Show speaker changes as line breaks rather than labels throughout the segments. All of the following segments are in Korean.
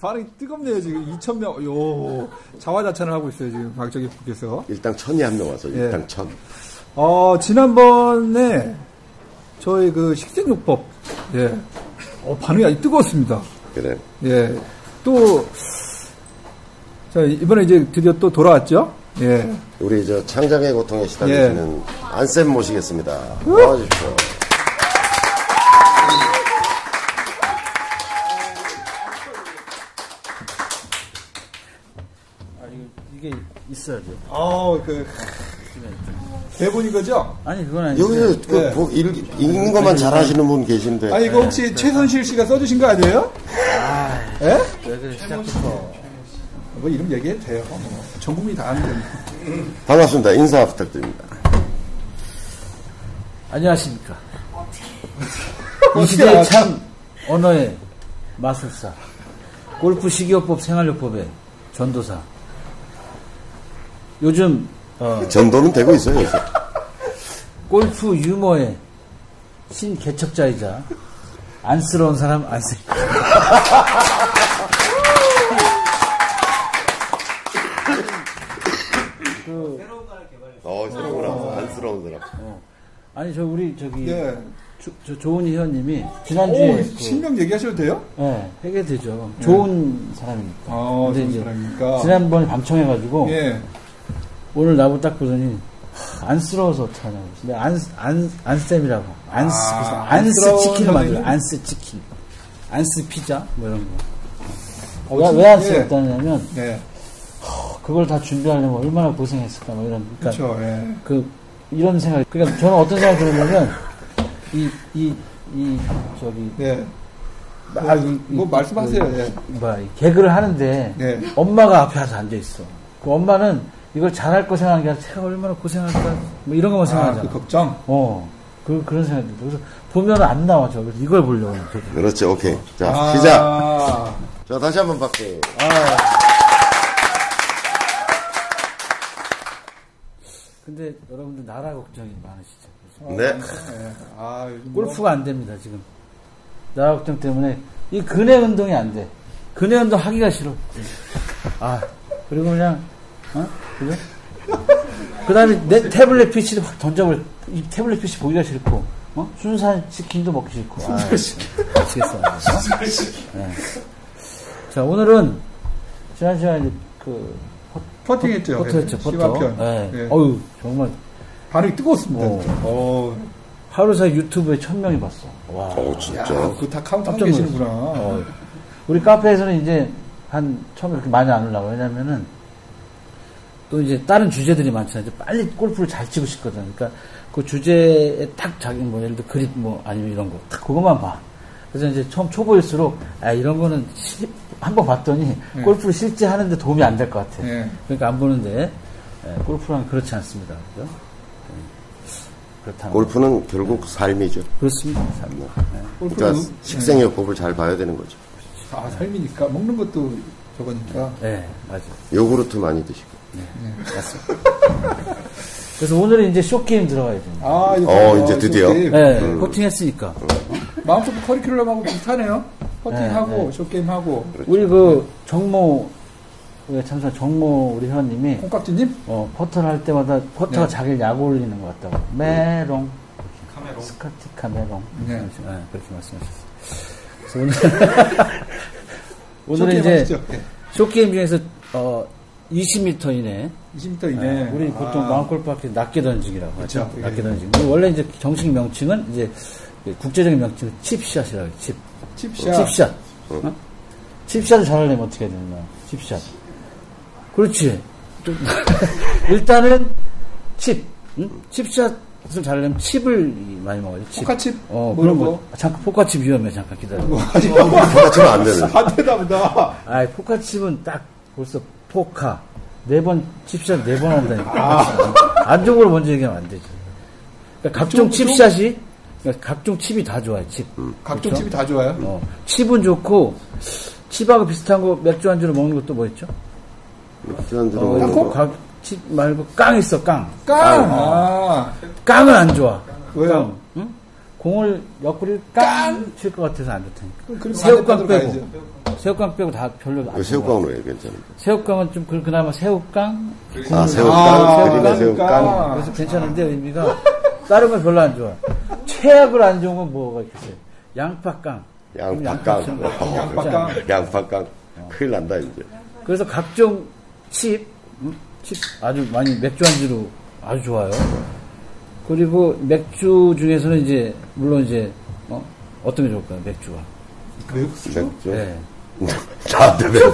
반응이 뜨겁네요, 지금. 2,000명, 요, 자화자찬을 하고 있어요, 지금, 박정희 국께서.
일당 천이 한 명
예.
와서 일당 천.
어, 지난번에, 저희 그 식생요법, 예. 어, 반응이 아주 뜨거웠습니다.
그래.
예. 또, 자, 이번에 이제 드디어 또 돌아왔죠? 예.
우리 저 창작의 고통에 시달리시는 안쌤 모시겠습니다. 나와주십시오.
이게 있어야죠.
어, 그, 대본인 거죠?
아니 그건 아니고
여기서 그
네.
보- 읽, 읽는 것만 잘하시는 분 계신데.
예. 아, 이거 혹시
네.
최선실 씨가 써주신 거 아니에요? 예?
네,
뭐 이름 얘기해도 돼요. 뭐. 전 국민이 다 아는 건데.
반갑습니다. 인사 부탁드립니다.
안녕하십니까.
어떻게
이 시대의
알았어?
참 언어의 마술사, 골프 식이요법 생활요법의 전도사. 요즘 어,
전도는 되고 있어요, 요새.
골프 유머의 신 개척자이자 안쓰러운 사람 안쓰.
어, 새로구나. 안쓰러운 사람.
아니 저 우리 저기
예.
조, 저 조은 희원님이
오,
지난주에 그,
신명 얘기하셔도 돼요?
예, 해결되죠. 좋은 사람이니까.
아,
근데
좋은
이제
사람이니까.
네, 지난번에 밤청해가지고
예.
오늘 나보고 딱 보더니 하, 안쓰러워서 어떡하냐고. 근데 안, 안, 안쌤이라고. 안쓰,
아,
그래서 안쓰
안쓰러운
치킨
선생님?
만들어. 안쓰 치킨. 안쓰 피자? 뭐 이런 거.
어,
왜,
예.
왜 안쓰 없다냐면 뭐
네.
그걸 다 준비하려면 얼마나 고생했을까 뭐 이런. 그러니까
그렇죠. 예.
그 이런 생각. 그러니까 저는 어떤 생각이 들었냐면 이, 이, 이, 저기.
네.
아, 이- 이-
뭐 말씀하세요.
그,
예.
뭐야, 이 개그를 하는데
예.
엄마가 앞에 와서 앉아 있어. 그 엄마는 이걸 잘할 거 생각하는 게 아니라 제가 얼마나 고생할까 뭐 이런 것만
아,
생각하잖아.
그 걱정.
어, 그 그런 생각이 들어. 그래서 보면 안 나와 저. 그래서 이걸 보려고. 해요, 저도.
그렇지, 오케이. 자,
아,
시작. 자, 다시 한번 박수.
근데 여러분들 나라 걱정이 많으시죠. 그래서
네.
예. 아, 요즘 뭐-
골프가 안 됩니다 지금. 나라 걱정 때문에 이 근해 운동이 안 돼. 근해 운동 하기가 싫어. 아 그리고 그냥 어 그죠? 그다음에 내 태블릿 PC도 확 던져버려. 이 태블릿 PC 보기가 싫고 어 순살 치킨도 먹기 싫고. 아, 미치겠어. 자 오늘은 지난 시간에 그
퍼팅 했죠.
포터 했죠 포터.
시바편.
예.
예.
어유 정말
반응이 뜨거웠습니다.
어.
진짜. 어.
하루 사이 유튜브에 천 명이 봤어. 와.
오,
야,
진짜.
그거 다 카운트 하고
깜짝 놀랐어요.
계시는구나.
어, 우리 카페에서는 이제 한 처음에 그렇게 많이 안 올라와 왜냐면은 또 이제 다른 주제들이 많잖아요. 이제 빨리 골프를 잘 치고 싶거든. 그러니까 그 주제에 딱 자기 뭐 예를 들어 그립 뭐 아니면 이런 거 딱 그것만 봐. 그래서 이제 처음 초보일수록 아 이런 거는 한번 봤더니
네.
골프를 실제 하는데 도움이 안 될 것 같아.
예.
그러니까 안 보는데 예, 골프랑 그렇지 않습니다. 그죠? 예, 그렇다는 거.
골프는 결국 삶이죠.
그렇습니다.
뭐.
골프는 네.
그러니까 식생요법을 잘 봐야 되는 거죠.
아, 삶이니까 먹는 것도 저거니까.
네, 맞아요.
요구르트 많이 드시고.
그래서 오늘은 이제 쇼게임 들어가야 됩니다.
아, 음. 이제,
어, 이제 드디어.
네, 코팅했으니까.
마음속 커리큘럼하고 비슷하네요. 퍼팅하고
네.
쇼게임하고
우리 그 정모, 우리 참사 정모 우리 회원님이
콩깍지님
어, 퍼터를 할 때마다
네.
퍼터가
음.
자기를 약 올리는 것 같다고. 메롱. 스카티 카메롱.
네.
네, 그렇게 말씀하셨어요. 그래서 오늘, 오늘은
쇼게임
이제
하시죠. 네.
쇼게임 중에서 어, 20m 이내
20m 이내.
네, 우리 보통
아,
마운골프학교 낮게 던지기라고 하죠.
그쵸.
낮게
예.
던지기. 그리고 원래 이제 정식 명칭은 이제 그 국제적인 명칭은 칩샷이라고 해요. 칩.
칩샷.
칩샷. 어? 칩샷을 잘하려면 어떻게 해야 되나? 칩샷. 그렇지. 또 일단은 칩. 응? 칩샷을 잘하려면 칩을 많이 먹어요. 칩.
포카칩?
어,
뭐
그런
이런
거.
거?
아, 잠깐 포카칩 위험해. 잠깐 기다려.
똑같으면 안 되는.
뭐 안 되나 보다.
아, 포카칩은 딱 벌써 포카 네 번 칩샷 네 번
아.
한다니까. 안 좋은 걸 먼저 얘기하면 안 되지. 그러니까 각종
그쪽, 그쪽?
칩샷이 그러니까 각종 칩이 다 좋아요. 칩.
음.
각종
그쵸?
칩이 다 좋아요.
어, 칩은 좋고 칩하고 비슷한 거 맥주 안주로 먹는 것도 뭐 있죠?
한
어,
들어오는
이거
거.
각- 칩 말고 깡 있어 깡.
깡. 아,
깡은 안 좋아.
왜요?
응? 공을 옆구리를 깡! 칠 것 같아서 안 좋다니까. 새우깡
새우깡
빼고. 새우깡 빼고 다 별로 안 좋아.
그 새우깡은 왜 괜찮은데?
새우깡은 좀 그- 그나마 새우깡?
아,
아,
새우깡, 그림의
새우깡.
새우깡.
그래서 괜찮은데 의미가 다른 건 별로 안 좋아. 최악으로 안 좋은 건 뭐가 있겠어요? 양파깡. 그렇죠. 그럼 양파 치는
양파깡.
거
어,
양파깡.
양파깡. 큰일 난다, 이제.
그래서 각종 칩, 음, 칩 아주 많이 맥주 안주로 아주 좋아요. 그리고 맥주 중에서는 이제 물론 이제 어? 어떤 게 좋을까요? 맥주가.
맥주.
네.
나한테 맥주.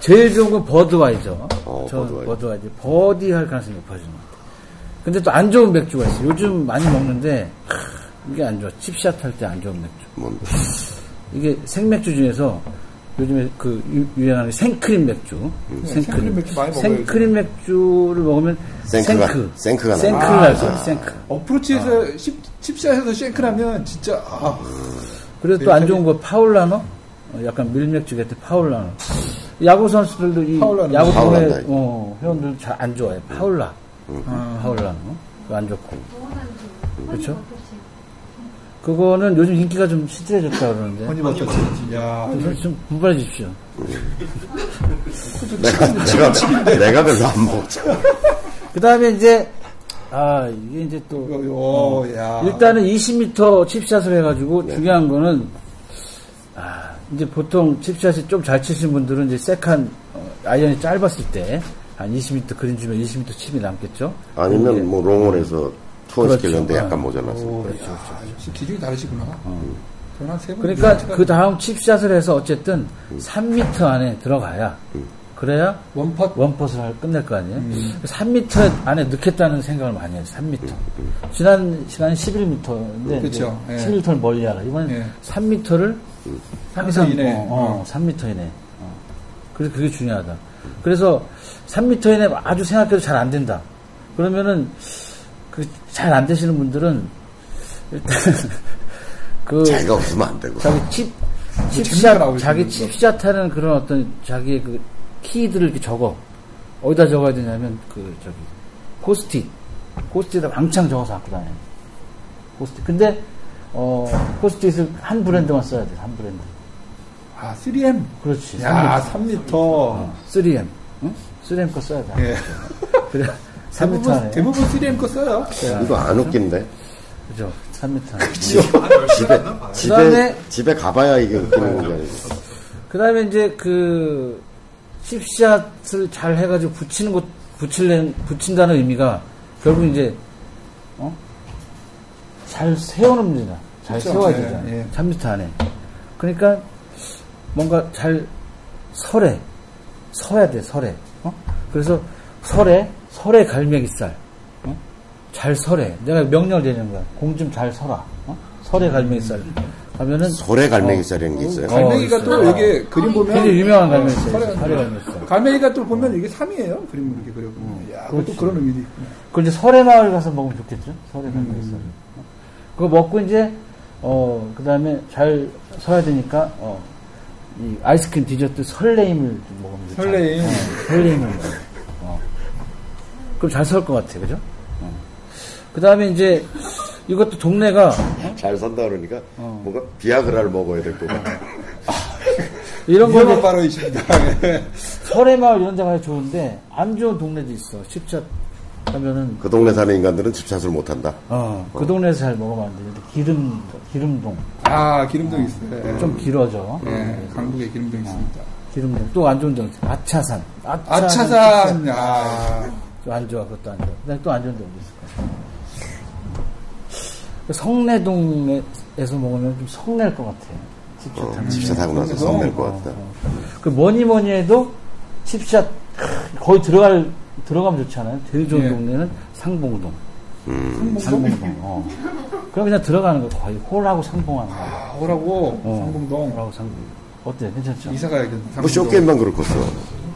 제일 좋은 건 버드와이저.
어, 버드와이저.
저는 버드와이저. 버디 할 가능성이 높아지는 것 같아요. 근데 또 안 좋은 맥주가 있어요. 요즘 많이 먹는데, 크, 이게 안 좋아. 칩샷 할 때 안 좋은 맥주.
뭔데?
이게 생맥주 중에서 요즘에 그 유- 유행하는 생크림 맥주.
음.
생크림 맥주 많이 먹어요,
생크림 맥주를 먹으면
생크가-
생크.
생크가
생크를
나와요. 아,
알죠. 생크.
어프로치에서 십- 칩샷에서 쉔크라면 진짜 아,
그리고 또 안 좋은 거 파울라노? 어, 약간 밀맥주 같은 파울라노. 야구 선수들도 이
파울라노.
야구
파울란다,
동호회
이거.
어, 회원들 잘 안 좋아해. 파울라. 아, 파울라노. 그거 안 좋고. 그렇죠? 그거는 요즘 인기가 좀 시들해졌다 그러는데.
허니버터 칩. 야,
좀- 좀 분발해 주십시오.
내가, 내가, 내가 별로 안 먹잖아.
그 다음에 이제, 아, 이게 이제 또,
이거, 오, 야.
일단은 20m 칩샷을 해가지고
네.
중요한 거는 아, 이제 보통 칩샷이 좀 잘 치신 분들은 이제 세컨 어, 아이언이 짧았을 때 한 20m 그린 주면 20m 칩이 남겠죠.
아니면 뭐 롱홀에서 투어
네. 그렇죠.
시키려는데 약간
어.
모자라서.
오, 야, 역시 아, 기준이 다르시구나. 저는 한 세 번.
그러니까 그 다음 칩샷을 해서 어쨌든 3m 안에 들어가야
음.
그래야
원팟
원포스를 할- 끝낼 거 아니에요.
음.
3m 안에 넣겠다는 생각을 많이 해요. 3m. 지난 지난 11m인데
음, 그쵸, 예.
11m를 멀리 하라. 이번엔
예.
3m를
3m 이내. 음.
어, 어, 3m 이내. 어. 그래서 그게 중요하다. 그래서 3m 이내 아주 생각해도 잘 안 된다. 그러면은 그 잘 안 되시는 분들은 일단 그
자기가 없으면 안 되고.
자기 칩,
뭐 재밌게
칩샷,
나오시는
자기
거.
칩샷 하는 그런 어떤 자기의 그 키들을 이렇게 적어. 어디다 적어야 되냐면, 그, 저기, 포스트잇. 포스트잇에다 왕창 적어서 갖고 다녀요. 포스트잇. 근데, 어, 포스트잇을 한 브랜드만 써야 돼, 한 브랜드.
아, 3M.
그렇지.
야, 아, 3m.
어. 3M. 응? 3M 거 써야 돼.
예.
그래. 3m
대부분,
안에.
대부분 3M 거 써요.
이거 안 웃긴데?
그죠. 3m 안에.
집에, 집에,
그다음에-
집에 가봐야 이게 웃기는 거아니
그 다음에 이제 그, 칩샷을 잘 해가지고 붙이는 것, 붙일래, 붙인다는 의미가 결국 이제, 어? 잘 세워놓습니다. 잘
그쵸,
세워야 되잖아.
예, 예.
3m 안에. 그러니까 뭔가 잘 설에, 서야 돼, 설에. 어? 그래서 설에, 설에 갈매기살. 어? 잘 설에. 내가 명령을 내는 거야. 공 좀 잘 설아. 어? 설에 갈매기살. 하면은.
소래 갈매기살이라는 게 있어요.
갈매기가
있어요.
또 여기 그림 보면.
굉장히 유명한 갈매기살.
설에
설에 갈매기살.
갈매기가 또
어.
보면 이게 3이에요. 그림을 이렇게 그려보면. 야, 그것도 그런 의미도 있고.
그 이제 설해마을 가서 먹으면 좋겠죠? 설해마을 가서. 그거 먹고 이제, 어, 그 다음에 잘 서야 되니까, 어, 이 아이스크림 디저트 설레임을 좀 먹으면 좋죠.
설레임.
어, 설레임을 먹어요. 어. 그럼 잘 설 것 같아요. 그죠? 그 다음에 이제 이것도 동네가 어?
잘 산다 그러니까 뭔가 비아그라를 먹어야 될 것 같아.
이런 거
이거는
이제
바로 이십니다. 예.
설해마을 이런 데가 좋은데 안 좋은 동네도 있어. 십자 하면은
그 동네 사는 인간들은 집샷을 못 한다.
어, 그 동네에서 잘 먹으면 안 되는데 기름 기름동
아, 기름동 있어요. 예.
좀 길어져.
예, 강북에 기름동 있습니다.
기름동 또 안 좋은 점 아차산 네,
아차산, 야.
또안 좋아 그것도 안 좋아 그다음에 또 안 좋은 점 있을 거야 그 성내동에서 먹으면 좀 성낼 것 같아 칩샷
어,
하면
집샷하고 나서 성낼 것 같다.
그 뭐니 뭐니 해도 칩샷 크, 거의 들어갈 들어가면 좋잖아요 제일 좋은
예.
동네는 상봉동
상봉동.
상봉동 어. 그럼 그냥 들어가는 거 거의 홀하고 상봉하는 거
아, 오라고.
어.
상봉동.
홀하고 상봉 어때 괜찮죠
이사 가야겠네.
뭐 쇼게임만 그렇겠어.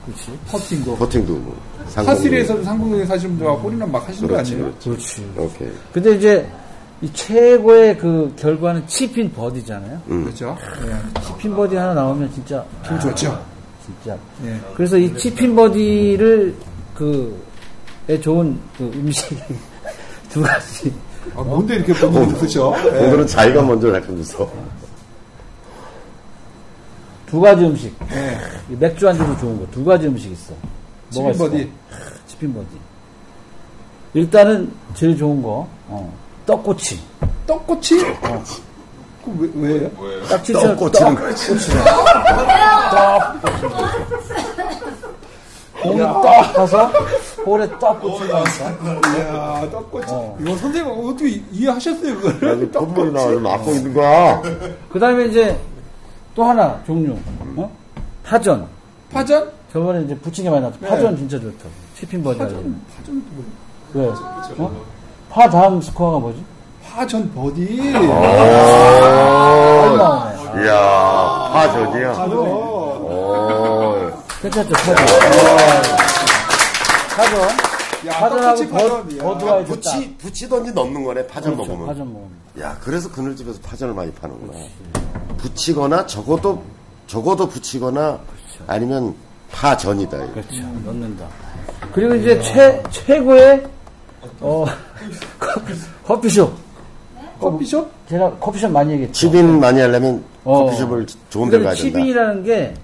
그렇지
퍼팅도.
버팅도 뭐.
사스리에서도 상봉동에 사시는 분들 홀이랑 막 하시는 거
그렇지,
아니에요?
그렇지.
그렇지
오케이.
근데 이제 이 최고의 그 결과는 치핀 버디잖아요.
그렇죠. 예.
치핀 버디 하나 나오면 진짜
기분 좋죠.
진짜.
예.
그래서 이 치핀 버디를 그에 좋은 그 음식 두 가지
아, 뭔데 이렇게
어.
보면 그렇죠?
오늘은 자기가 먼저 가르쳐줘서.
두 가지 음식.
예.
이 맥주 안주로 좋은 거 두 가지 음식 있어. 뭐가 있어?
치킨버디.
치킨버디. 일단은 제일 좋은 거 어, 떡꼬치.
떡꼬치? 그 왜, 왜요?
딱지처럼
떡꼬치는
떡, 공이 떡 가서 볼에 떡꼬치를 넣었어.
이야, 떡꼬치. 어. 네. 이거 선생님 어떻게 이- 이해하셨어요, 그걸?
여기 콧물이 나와서
어.
막고 있는 거야.
그 다음에 이제 또 하나 종류. 어? 파전.
파전?
저번에 이제 부침개 많이 나왔죠. 파전 진짜 좋다고. 치킨 버전.
파전, 파전, 뭐,
왜? 어? 파 다음 스코어가 뭐지?
파전 버디. 아,
빨리 나오네.
이야,
아,
파전이야.
어.
오,
괜찮죠, 파전. 파전.
야, 떡꼬치
파전하고
파전.
버-
이야.
버드와이 좋다.
부치, 부치던지 넣는 거네, 파전
그렇죠,
먹으면.
파전 먹으면.
야, 그래서 그늘집에서 파전을 많이 파는구나. 부치거나 적어도, 적어도 부치거나 아니면 파전이다. 이거.
그렇죠. 넣는다. 그리고 이제 최, 최고의, 어, 커피숍.
커피숍?
제가 커피숍 많이 얘기했죠.
치빈 많이 하려면
어.
커피숍을 좋은 데로
근데
가야 된다.
치빈이라는 게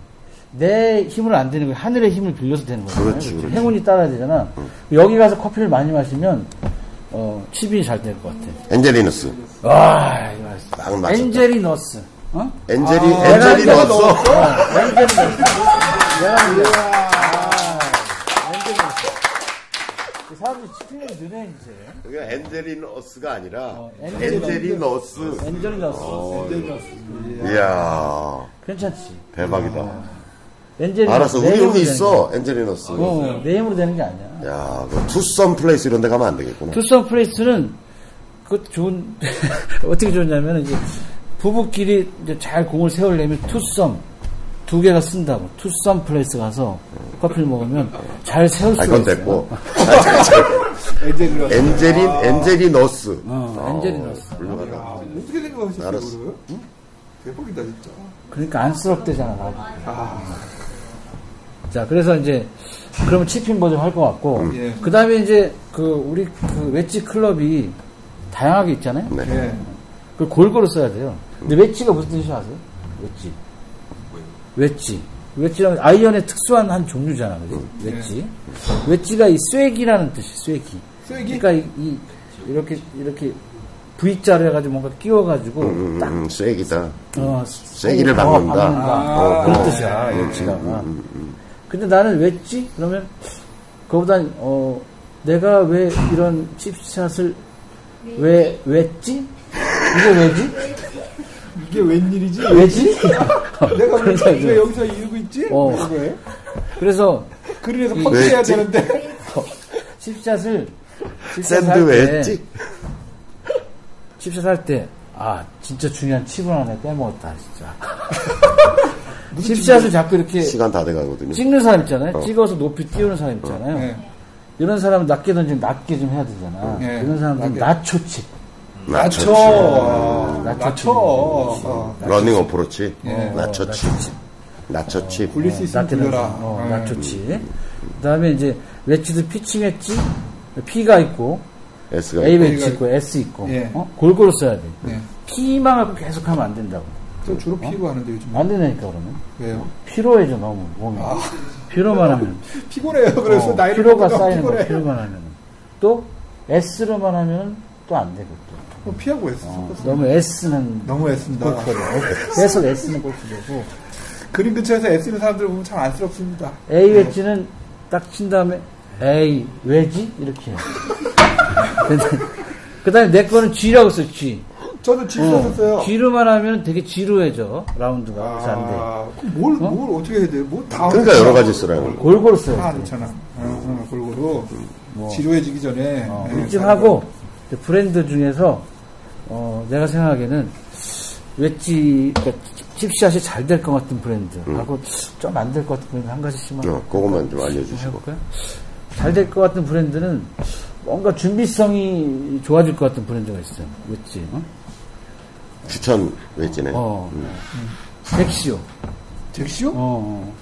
내 힘을 안 되는 거예요. 하늘의 힘을 빌려서 되는 거예요.
그렇지, 그렇지.
행운이 따라야 되잖아. 여기 가서 커피를 많이 마시면 어, 치빈이 잘 될 것 같아.
엔젤리너스.
와, 이거 맛있다.
딱 맞았다.
엔젤이 너스. 어?
엔젤이,
내가
엔젤이
내가
넣었어.
엔젤이 너스. 내가 이제 사람들이 치킨이 느네 이제.
그러니까 엔젤이 너스가 아니라
어, 엔젤이
엔젤이 너스.
엔젤이 너스.
어, 이야,
괜찮지.
대박이다.
엔젤이
알았어.
내
우리
힘으로
여기
되는 거야.
있어. 엔젤이 너스.
아, 네 어, 내 힘으로 되는 게 아니야.
야, 그 투썸 플레이스 이런 데 가면 안 되겠구나.
투썸 프레이스는 그 좋은 어떻게 좋냐면 이제 부부끼리 이제 잘 공을 세우려면 투썸 두 개가 쓴다고 투썸 플레이스 가서 커피를 먹으면 잘 세울
아,
수가
이건
있어요.
됐고. 아, 저, 저,
엔젤이라서.
엔젤이, 엔젤이 너스.
아. 어, 엔젤이 너스.
훌륭하다.
아, 어떻게 생각하셨어요,
알았어.
그걸? 응? 대박이다, 진짜.
그러니까 안쓰럽대잖아. 나도. 자 그래서 이제 그러면 치킨 버전 할 것 같고
예.
그 다음에 이제 그 우리 그 웨지 클럽이 다양하게 있잖아요.
네.
예.
그걸 골고루 써야 돼요. 근데 웨지가 무슨 뜻인지 아세요? 웨지. 웨지. 웨지라는 아이언의 특수한 한 종류잖아, 그죠?
음.
웨지.
네.
웨지가 이 쐐기라는 뜻이 쐐기.
쐐기?
그러니까 이, 이 이렇게 이렇게 V자로 해가지고 뭔가 끼워가지고
음,
딱
음, 쐐기다.
어,
쐐기를
어,
박는다. 음,
아,
그런 뜻이야, 웨지가. 근데 나는 웨지? 그러면 그거보다 어 내가 왜 이런 칩샷을 왜 웨지? 이게 왜지?
이게 웬일이지?
왜지?
내가 왜,
그래서
왜
이제,
여기서 이러고 있지?
어.
왜?
그래서
그린에서 퍼트려야 되는데.
칩샷을 칩샷을
샌드
할 때,
웨지?
칩샷 할 때 아 진짜 중요한 칩을 하나 빼먹었다 진짜. 칩샷을 자꾸 이렇게
시간 다 돼가거든요.
찍는 사람 있잖아요. 찍어서 높이 띄우는 사람 있잖아요.
예.
이런 사람은 낮게 던지면 낮게 좀 해야 되잖아.
예,
이런 사람들은
낮게.
낮초 칩.
아,
낮춰. 아,
낮춰.
낮춰. 어.
러닝 어프로치.
예.
낮춰치. 낮춰치.
굴릴 수 있으면
낮게 던지.
굴려라.
어,
예.
낮초 칩. 그다음에 이제 웨치도 피칭 웨치. P가 있고
S가.
A
있고.
웨치 있고 S 있고
예.
어? 골고루 써야 돼.
예.
P만 갖고 계속 하면 안 된다고.
저 주로 피고 하는데 요즘.
안 되니까 그러면
왜요?
피로해져 너무 몸이 피로만 하면
피곤해요. 아. 그래서
어,
나이를
피로가
먹어도
쌓이는 거야
피곤해.
피로만 하면 또 S로만 하면 또 안 되고 또
뭐 피하고 했어.
어, 그렇죠. 너무 S는
너무 했습니다.
계속 S는 골프되고
그림 근처에서 애쓰는 사람들 보면 참 안쓰럽습니다.
A 외지는 딱 친 다음에 A 외지 이렇게 해요. 근데 그다음에 내 거는 G라고 써 G
저도 집 썼었어요.
G로만 하면 되게 지루해져 라운드가 그래서 안돼
아, 그럼 뭘, 뭘 어떻게 해야 돼? 뭐 다음.
그러니까 여러 가지 쓰라고.
골고루 써야 돼
하나 넣잖아. 어, 어, 골고루. 지루해지기 전에.
어,
예,
일찍하고 이제 브랜드 중에서 어, 내가 생각하기에는 웨지 그러니까 칩샷이 잘 될 것 같은 브랜드하고 좀 안 될 것 같은 브랜드 한 가지씩만
음. 어, 그것만 좀 알려주시고.
해볼까요? 잘 될 것 같은 브랜드는 뭔가 준비성이 좋아질 것 같은 브랜드가 있어요. 웨지 어?
추천 웨지네.
어. 잭시오.
잭시오?
어, 어.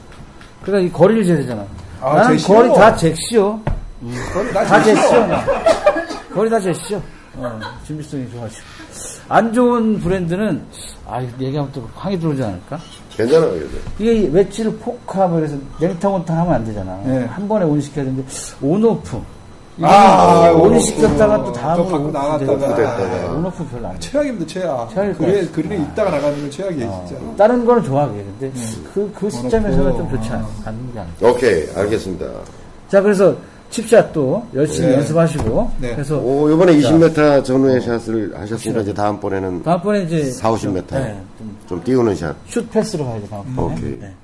그러니까 이 거리를 재야 되잖아.
아,
나는
잭시오.
거리 다 잭시오.
그건 나
다
잭시오.
잭시오. 거리 다 잭시오. 어, 준비성이 좋아지고. 안 좋은 브랜드는, 아, 이거 얘기하면 또 황이 들어오지 않을까?
괜찮아요, 그래도.
이게 외치를 포크하고 그래서 냉탕 온탕 하면 안 되잖아.
네.
한 번에 온시켜야 되는데, 온오프.
아,
아,
오늘
온시켰다가 또
또
다음으로
갖고
오프
나갔다가.
되잖아. 온오프 별로 안 좋아.
최악입니다, 최악.
최악일
그게,
거야.
아.
그린에 있다가 나가는 건 최악이에요, 진짜.
다른 거는 좋아하게. 근데 그, 그 시점에서는 좀
어렵고.
좋지 않, 않는 게 아니야.
오케이, 알겠습니다.
자, 그래서 칩샷도 열심히
네.
연습하시고.
네.
그래서
오, 요번에 20m 전후의 샷을 하셨으니까 이제 다음번에는
어. 다음번에 이제
4, 50m
네, 좀
좀 띄우는 샷.
슛 패스로 가야 돼, 다음번에.
오케이.
네.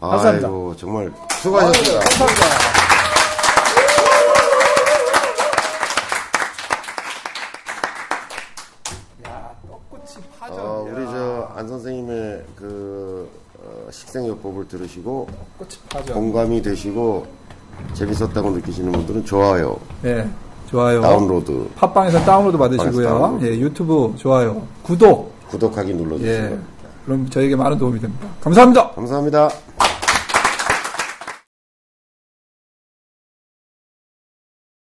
감사합니다.
아이고, 정말 수고하셨습니다.
꽃이 파전.
어, 우리 저 안 선생님의 그 어, 식생요법을 들으시고
꽃이 파전.
공감이 되시고 재밌었다고 느끼시는 분들은
어?
좋아요,
예, 좋아요.
다운로드,
팟빵에서 다운로드 받으시고요.
팟빵에서 다운로드.
예, 유튜브 좋아요. 구독.
구독하기 눌러주세요.
예. 그럼 저에게 많은 도움이 됩니다. 감사합니다.
감사합니다.